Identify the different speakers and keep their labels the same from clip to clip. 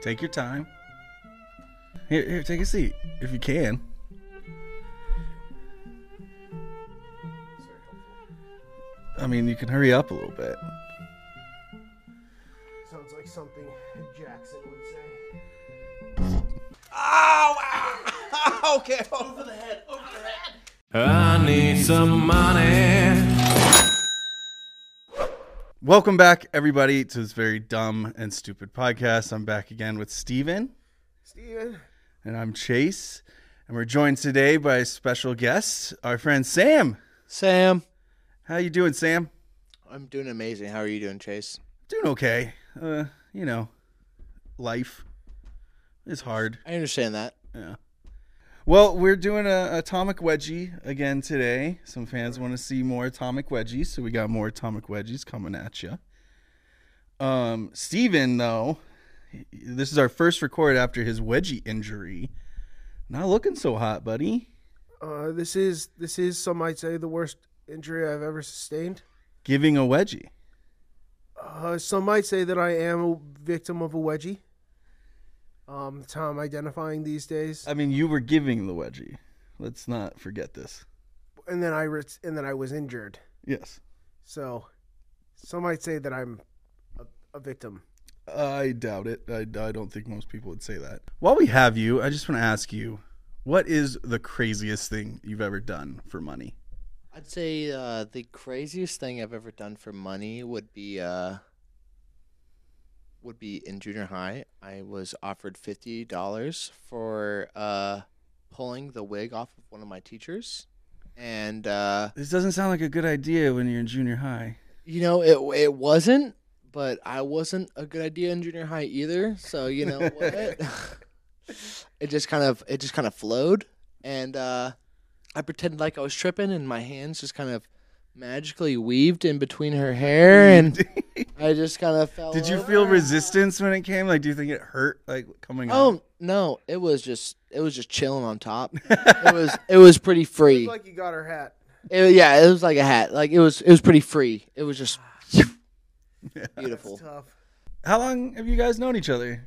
Speaker 1: Take your time. Here, here, take a seat if you can. I mean, you can hurry up a little bit.
Speaker 2: Sounds like something Jackson would say.
Speaker 3: I need some money.
Speaker 1: Welcome back, everybody, to this very dumb and stupid podcast. I'm back again with Steven,
Speaker 2: Steven,
Speaker 1: and I'm Chase. And we're joined today by a special guest, our friend Sam.
Speaker 4: Sam,
Speaker 1: How you doing, Sam?
Speaker 4: I'm doing amazing. How are you doing, Chase?
Speaker 1: Doing okay. Uh, you know, life is hard.
Speaker 4: I understand that.
Speaker 1: Well, we're doing a atomic wedgie again today. Some fans want to see more atomic wedgies, so we got more atomic wedgies coming at you. Um, Steven, though, this is our first record after his wedgie injury. Not looking so hot, buddy.
Speaker 2: uh, this is this is some might say the worst injury I've ever sustained.
Speaker 1: Giving a wedgie.
Speaker 2: Uh, some might say that I am a victim of a wedgie. Um, that's how I'm identifying these days.
Speaker 1: I mean, you were giving the wedgie. Let's not forget this.
Speaker 2: And then I re- and then I was injured.
Speaker 1: Yes.
Speaker 2: So, some might say that I'm a, a victim.
Speaker 1: I doubt it. I, I don't think most people would say that. While we have you, I just want to ask you what is the craziest thing you've ever done for money?
Speaker 4: I'd say uh, the craziest thing I've ever done for money would be uh, would be in junior high. I was offered fifty dollars for uh, pulling the wig off of one of my teachers, and uh,
Speaker 1: This doesn't sound like a good idea when you're in junior high.
Speaker 4: you know it it wasn't. But I wasn't a good idea in junior high either. So you know what? it just kind of it just kind of flowed and uh i pretended like i was tripping and my hands just kind of magically weaved in between her hair and i just kind of fell
Speaker 1: Did you
Speaker 4: over.
Speaker 1: feel resistance when it came? Like, do you think it hurt, like coming off?
Speaker 4: oh no it was just it was just chilling on top it was it was pretty free
Speaker 2: Like you got her hat.
Speaker 4: It- yeah it was like a hat like it was it was pretty free it was just beautiful
Speaker 2: It's tough.
Speaker 1: How long have you guys known each other?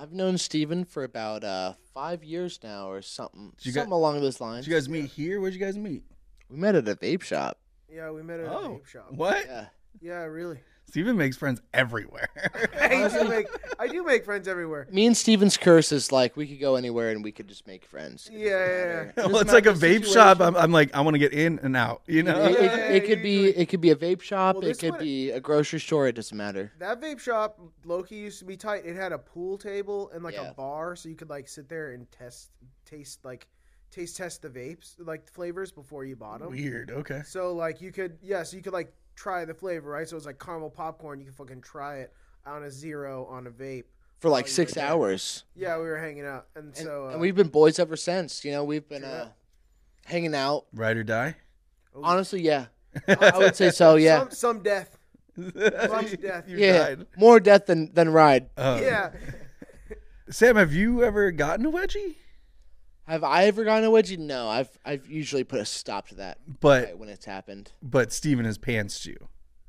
Speaker 4: i've known steven for about uh five years now or something
Speaker 1: you guys-
Speaker 4: something along those lines
Speaker 1: Did you guys meet here? Where'd you guys meet?
Speaker 4: we met at a vape shop
Speaker 2: Yeah, we met at a vape shop.
Speaker 1: Oh. what?
Speaker 4: yeah
Speaker 2: Yeah, really.
Speaker 1: Steven makes friends everywhere.
Speaker 2: I do make I do make friends everywhere.
Speaker 4: me and Steven's curse is like we could go anywhere and we could just make friends.
Speaker 2: Yeah, yeah, yeah.
Speaker 1: well, it's like a vape shop. I'm, I'm like, I want to get in and out, you know?
Speaker 4: It, it-
Speaker 2: Yeah,
Speaker 4: it could be
Speaker 2: usually.
Speaker 4: it could be a vape shop.
Speaker 2: Well, this
Speaker 4: it could
Speaker 2: one-
Speaker 4: be a grocery store. It doesn't matter.
Speaker 2: That vape shop, Loki used to be tight. It had a pool table and like
Speaker 4: Yeah.
Speaker 2: a bar, so you could like sit there and test, taste like, taste test the vapes, like the flavors before you bought them.
Speaker 1: Weird. Okay.
Speaker 2: So like you could, yeah, so you could like try the flavor, right? So it's like caramel popcorn. You can fucking try it on a zero on a vape.
Speaker 4: For like
Speaker 2: you
Speaker 4: six
Speaker 2: were there.
Speaker 4: hours,
Speaker 2: Oh, Yeah, we were hanging out, and,
Speaker 4: and,
Speaker 2: so uh,
Speaker 4: and we've been boys ever since. You know, we've been
Speaker 2: True
Speaker 4: uh,
Speaker 2: that.
Speaker 4: hanging out.
Speaker 1: Ride or die?
Speaker 4: Honestly, yeah,
Speaker 2: Oh,
Speaker 4: I would say so. Yeah,
Speaker 2: some, some death. Some death.
Speaker 1: You
Speaker 4: yeah,
Speaker 1: died.
Speaker 4: more death than than ride.
Speaker 1: Uh,
Speaker 2: Yeah,
Speaker 1: Sam, have you ever gotten a wedgie?
Speaker 4: Have I ever gotten a wedgie? No, I've I've usually put a stop to that
Speaker 1: But
Speaker 4: right when it's happened.
Speaker 1: but Steven has pantsed you.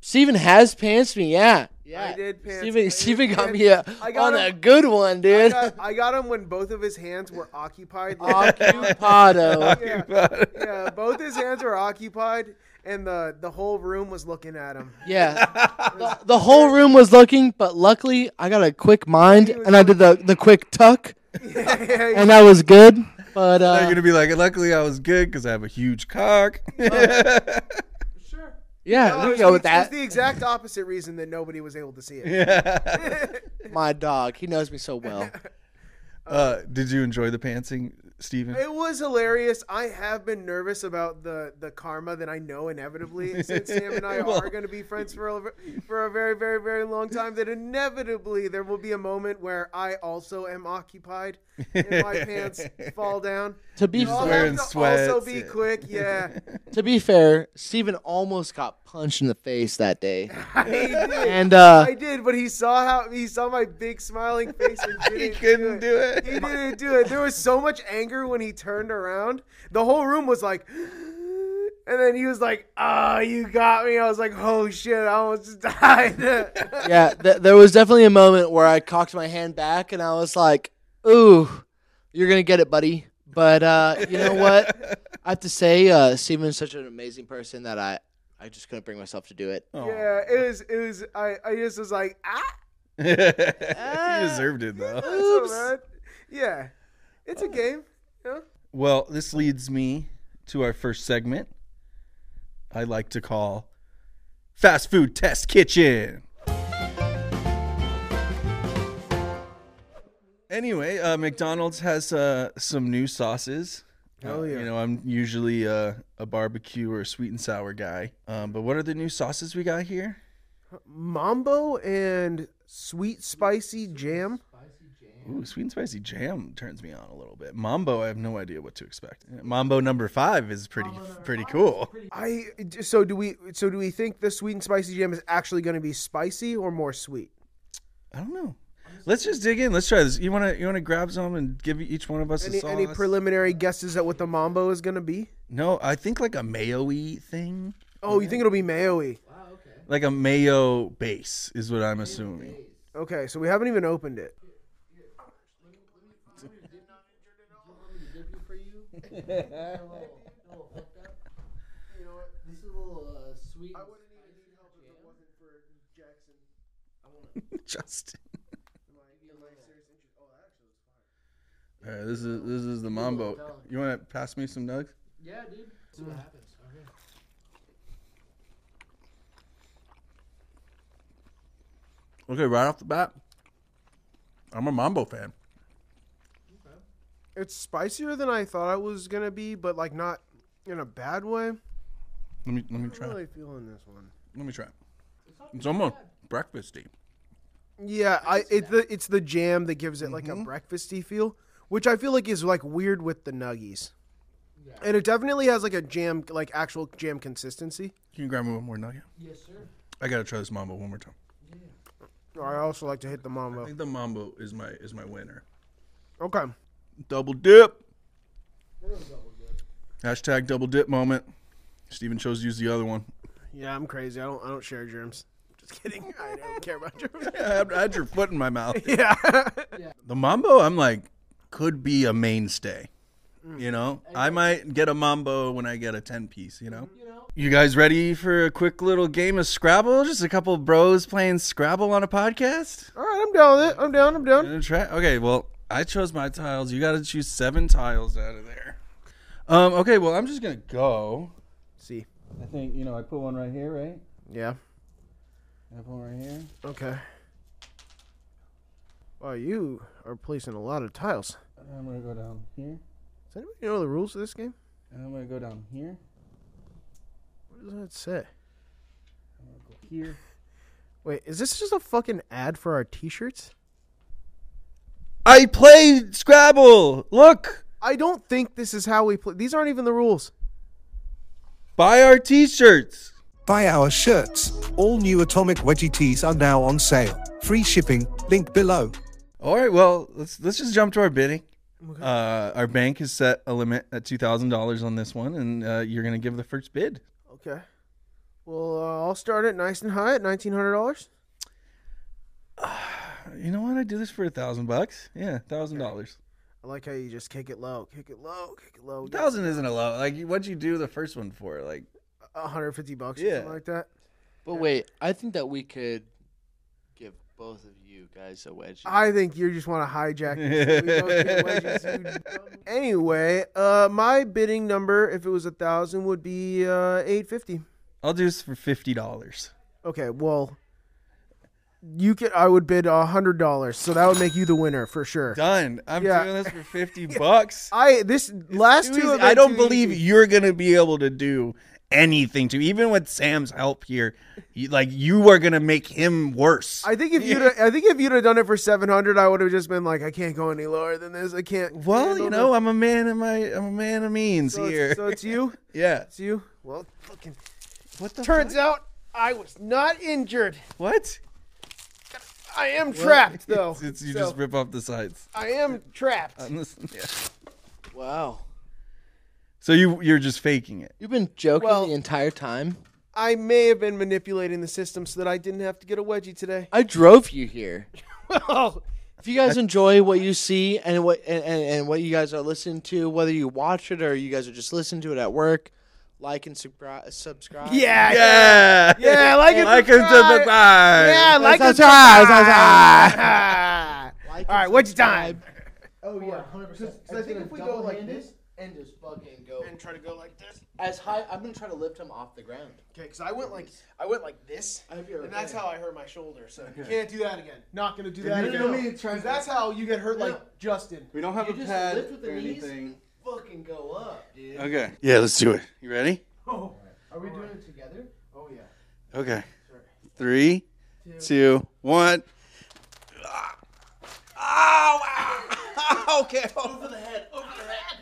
Speaker 4: Steven has pants me, yeah. Yeah.
Speaker 2: I did pants- I
Speaker 4: Steven,
Speaker 2: did
Speaker 4: Steven got
Speaker 2: pants-
Speaker 4: me a,
Speaker 2: I got
Speaker 4: on
Speaker 2: him-
Speaker 4: a good one, dude.
Speaker 2: I- I got him when both of his hands were occupied.
Speaker 4: Occupado.
Speaker 2: Oh, Yeah. yeah, both his hands were occupied, and the the whole room was looking at him.
Speaker 4: Yeah. The, the whole room was looking, but luckily I got a quick mind and I did the, the quick tuck
Speaker 2: yeah,
Speaker 4: and that was good. But
Speaker 1: They're
Speaker 4: uh,
Speaker 1: gonna be like, luckily I was good because I have a huge cock.
Speaker 2: Oh.
Speaker 4: yeah, we can go with that.
Speaker 2: the exact opposite reason that nobody was able to see it.
Speaker 4: My dog, he knows me so well.
Speaker 1: uh, did you enjoy the pantsing, Steven?
Speaker 2: It was hilarious. I have been nervous about the the karma that I know inevitably, since Sam and I
Speaker 1: Well-
Speaker 2: are going to be friends for a, for a very, very, very long time. That inevitably there will be a moment where I also am occupied, and my pants fall down.
Speaker 4: To be
Speaker 2: I'll
Speaker 4: fair,
Speaker 1: wearing
Speaker 2: have to also
Speaker 1: sweats,
Speaker 2: be
Speaker 1: yeah.
Speaker 2: quick. Yeah,
Speaker 4: to be fair, Steven almost got punched in the face that day.
Speaker 2: I did.
Speaker 4: And uh,
Speaker 2: I did, but he saw how he saw my big smiling face and didn't
Speaker 1: he couldn't
Speaker 2: do
Speaker 1: do
Speaker 2: it.
Speaker 1: it.
Speaker 2: He didn't do it. There was so much anger when he turned around. The whole room was like, And then he was like, "Oh, you got me." I was like, "Oh shit, I almost just died."
Speaker 4: yeah, th- there was definitely a moment where I cocked my hand back and I was like, "Ooh, you're gonna get it, buddy." But uh, you know what? I have to say, uh, Steven's such an amazing person that I, I just couldn't bring myself to do it.
Speaker 1: Aw.
Speaker 2: yeah, it was. It was. I. I just was like, "Ah,
Speaker 1: he deserved it though.
Speaker 2: that's all right." Yeah, it's a game. Yeah.
Speaker 1: Well, this leads me to our first segment. I like to call Fast Food Test Kitchen. Anyway, uh, McDonald's has uh, some new sauces.
Speaker 2: Oh,
Speaker 1: Uh,
Speaker 2: yeah.
Speaker 1: You know, I'm usually uh, a barbecue or sweet and sour guy. Um, but what are the new sauces we got here?
Speaker 2: Mambo and sweet spicy jam.
Speaker 1: Ooh, sweet and spicy jam turns me on a little bit. Mambo, I have no idea what to expect. Mambo number five is pretty pretty cool.
Speaker 2: I so do we so do we think the sweet and spicy jam is actually going to be spicy or more sweet?
Speaker 1: I don't know. Let's just dig in. Let's try this. You wanna you wanna grab some and give e-, each one of us a
Speaker 2: Any
Speaker 1: sauce?
Speaker 2: any preliminary guesses at what the mambo is going to be?
Speaker 1: no, I think like a mayo-y thing,
Speaker 2: Oh, you think it'll be mayo-y?
Speaker 1: like a mayo base is what I'm assuming.
Speaker 2: Okay, so we haven't even opened it.
Speaker 1: Justin. All right, this is this is the mambo. You wanna pass me some nugs?
Speaker 4: Yeah, dude. See what happens.
Speaker 1: Okay, right off the bat, I'm a mambo fan.
Speaker 2: It's spicier than I thought it was going to be, but like not in a bad way.
Speaker 1: Let me let me
Speaker 2: I'm
Speaker 1: try.
Speaker 2: really feeling this one.
Speaker 1: Let me try. It's almost breakfasty.
Speaker 2: Yeah, I it's the it's the jam that gives it like a breakfasty feel, which I feel like is like weird with the nuggies. And it definitely has like a jam like actual jam consistency.
Speaker 1: Can you grab me one more nugget? Yes, sir. I gotta try this mambo one more time.
Speaker 2: Oh, I also like to hit the
Speaker 1: I
Speaker 2: mambo.
Speaker 1: think the mambo is my is my winner.
Speaker 2: Okay.
Speaker 1: Double dip. Hashtag double dip moment. Steven chose to use the other one.
Speaker 2: Yeah, I'm crazy. I don't I don't share germs. Just kidding. I don't care about germs.
Speaker 1: I had your foot in my mouth.
Speaker 2: Yeah.
Speaker 1: The mambo, I'm like, could be a mainstay. You know, Mm. I might get a mambo when I get a 10 piece, you know? You guys ready for a quick little game of Scrabble? Just a couple bros playing Scrabble on a podcast?
Speaker 2: All right, I'm down with it. I'm down. I'm down.
Speaker 1: Gonna try- Okay, well, I chose my tiles. You got to choose seven tiles out of there. Um. Okay. Well, I'm just gonna go.
Speaker 2: See.
Speaker 1: I think you know. I put one right here, right?
Speaker 2: Yeah.
Speaker 1: I put one right here.
Speaker 2: Okay. Wow, you are placing a lot of tiles.
Speaker 1: I'm gonna go down here.
Speaker 2: Does anybody know the rules of this game?
Speaker 1: And I'm gonna go down here.
Speaker 2: What does that say?
Speaker 1: Go here.
Speaker 2: Wait, is this just a fucking ad for our t-shirts?
Speaker 1: I played Scrabble. Look,
Speaker 2: I don't think this is how we play. These aren't even the rules.
Speaker 1: buy our T-shirts.
Speaker 5: Buy our shirts. All new Atomic Wedgie tees are now on sale. Free shipping, link below.
Speaker 1: All right. Well, let's let's just jump to our bidding. Uh, our bank has set a limit at two thousand dollars on this one, and uh, you're gonna give the first bid.
Speaker 2: Okay. Well, uh, I'll start it nice and high at nineteen hundred dollars.
Speaker 1: You know what? I do this for a thousand bucks. Yeah, thousand dollars.
Speaker 2: I like how you just kick it low, kick it low, kick it low. One
Speaker 1: thousand isn't a lot. Like, what'd you do the first one for? Like,
Speaker 2: hundred fifty bucks, or
Speaker 1: Yeah.
Speaker 2: something like that.
Speaker 4: But wait, I think that we could give both of you guys a wedgie.
Speaker 2: I think you just want to hijack. This. We both get wedges, you- anyway, uh, my bidding number, if it was a thousand, would be uh, eight fifty.
Speaker 1: I'll do this for fifty dollars.
Speaker 2: Okay, well, you could. I would bid a hundred dollars, so that would make you the winner for sure.
Speaker 1: Done. I'm
Speaker 2: Yeah.
Speaker 1: doing this for fifty bucks.
Speaker 2: I this last
Speaker 1: Too
Speaker 2: two.
Speaker 1: easy.
Speaker 2: have
Speaker 1: I
Speaker 2: been
Speaker 1: don't
Speaker 2: too
Speaker 1: believe
Speaker 2: easy.
Speaker 1: you're gonna be able to do anything to even with Sam's help here. You, like, you are gonna make him worse.
Speaker 2: I think if you'd I think if you'd have done it for seven hundred, I would have just been like, I can't go any lower than this. I can't.
Speaker 1: well,
Speaker 2: handle
Speaker 1: you know,
Speaker 2: this."
Speaker 1: I'm a man of my, I'm a man of means
Speaker 2: so
Speaker 1: here.
Speaker 2: It's, so it's you.
Speaker 1: yeah.
Speaker 2: It's you. Well, fucking.
Speaker 1: What the
Speaker 2: Turns out I was not injured.
Speaker 1: What?
Speaker 2: I am trapped though.
Speaker 1: It's, it's- you
Speaker 2: Oh, So,
Speaker 1: just rip off the sides.
Speaker 2: Uh, I am trapped.
Speaker 1: I'm listening. Yeah.
Speaker 4: wow.
Speaker 6: So you you're just faking it.
Speaker 4: You've been joking
Speaker 2: Well-
Speaker 4: the entire time.
Speaker 2: I may have been manipulating the system so that I didn't have to get a wedgie today.
Speaker 4: I drove you here.
Speaker 2: Oh,
Speaker 4: If you guys enjoy what you see and what and, and, and what you guys are listening to, whether you watch it or you guys are just listening to it at work, like and subscribe. subscribe.
Speaker 2: yeah,
Speaker 6: Yeah.
Speaker 2: yeah, like it,
Speaker 6: Like and
Speaker 2: subscribe.
Speaker 6: subscribe.
Speaker 2: yeah, like it,
Speaker 4: Subscribe,
Speaker 2: subscribe.
Speaker 4: Like
Speaker 2: All right,
Speaker 4: and
Speaker 2: wedgie time.
Speaker 4: Oh yeah, hundred percent.
Speaker 2: I think if we go like this
Speaker 4: and just fucking go
Speaker 2: and try to go like this,
Speaker 4: as high, I'm gonna try to lift him off the ground.
Speaker 2: okay? Because I went like I went like this,
Speaker 4: I hope you're
Speaker 2: and that's
Speaker 4: okay.
Speaker 2: how I hurt my shoulder. So you can't do that again. Not gonna do that
Speaker 6: you
Speaker 2: again.
Speaker 6: know me, try
Speaker 2: 'Cause
Speaker 6: to-
Speaker 2: that's how you get hurt, like Justin.
Speaker 6: We don't have
Speaker 4: You
Speaker 6: a
Speaker 4: just
Speaker 6: pad
Speaker 4: lift with the
Speaker 6: or
Speaker 4: knees?
Speaker 6: anything.
Speaker 4: Fucking go up, dude.
Speaker 6: Okay. Yeah, let's do it. You ready?
Speaker 4: Are we doing it together?
Speaker 2: Oh yeah.
Speaker 6: Okay. Three, two, one. Ah. Ow! Ow! okay. Over the head. Over the head.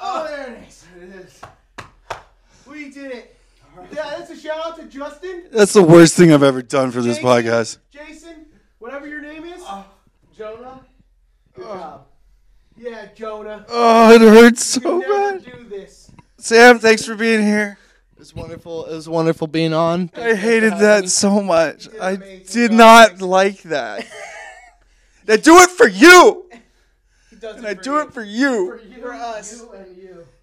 Speaker 2: Oh, there it is. There it is. We did it. Yeah, that's a shout out to Justin,
Speaker 6: That's the worst thing I've ever done for this
Speaker 2: Jason.
Speaker 6: podcast.
Speaker 2: Jason, whatever your name is. Uh, Jonah. Good job. Yeah, Jonah.
Speaker 6: Oh, it hurts so
Speaker 2: You never
Speaker 6: bad.
Speaker 2: do this.
Speaker 6: Sam, thanks for being here.
Speaker 4: It was wonderful. It was wonderful being on.
Speaker 6: I hated that so much.
Speaker 2: did
Speaker 6: I
Speaker 2: amazing,
Speaker 6: did
Speaker 2: John.
Speaker 6: not like that. I do it for you,
Speaker 2: He does
Speaker 6: and I
Speaker 2: for
Speaker 6: do
Speaker 2: you.
Speaker 6: it for you.
Speaker 2: you, for us.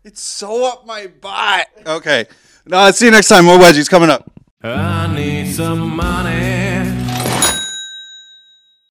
Speaker 6: It's so up my butt. Okay. No, see you next time. More wedgies coming up.
Speaker 7: I need some money.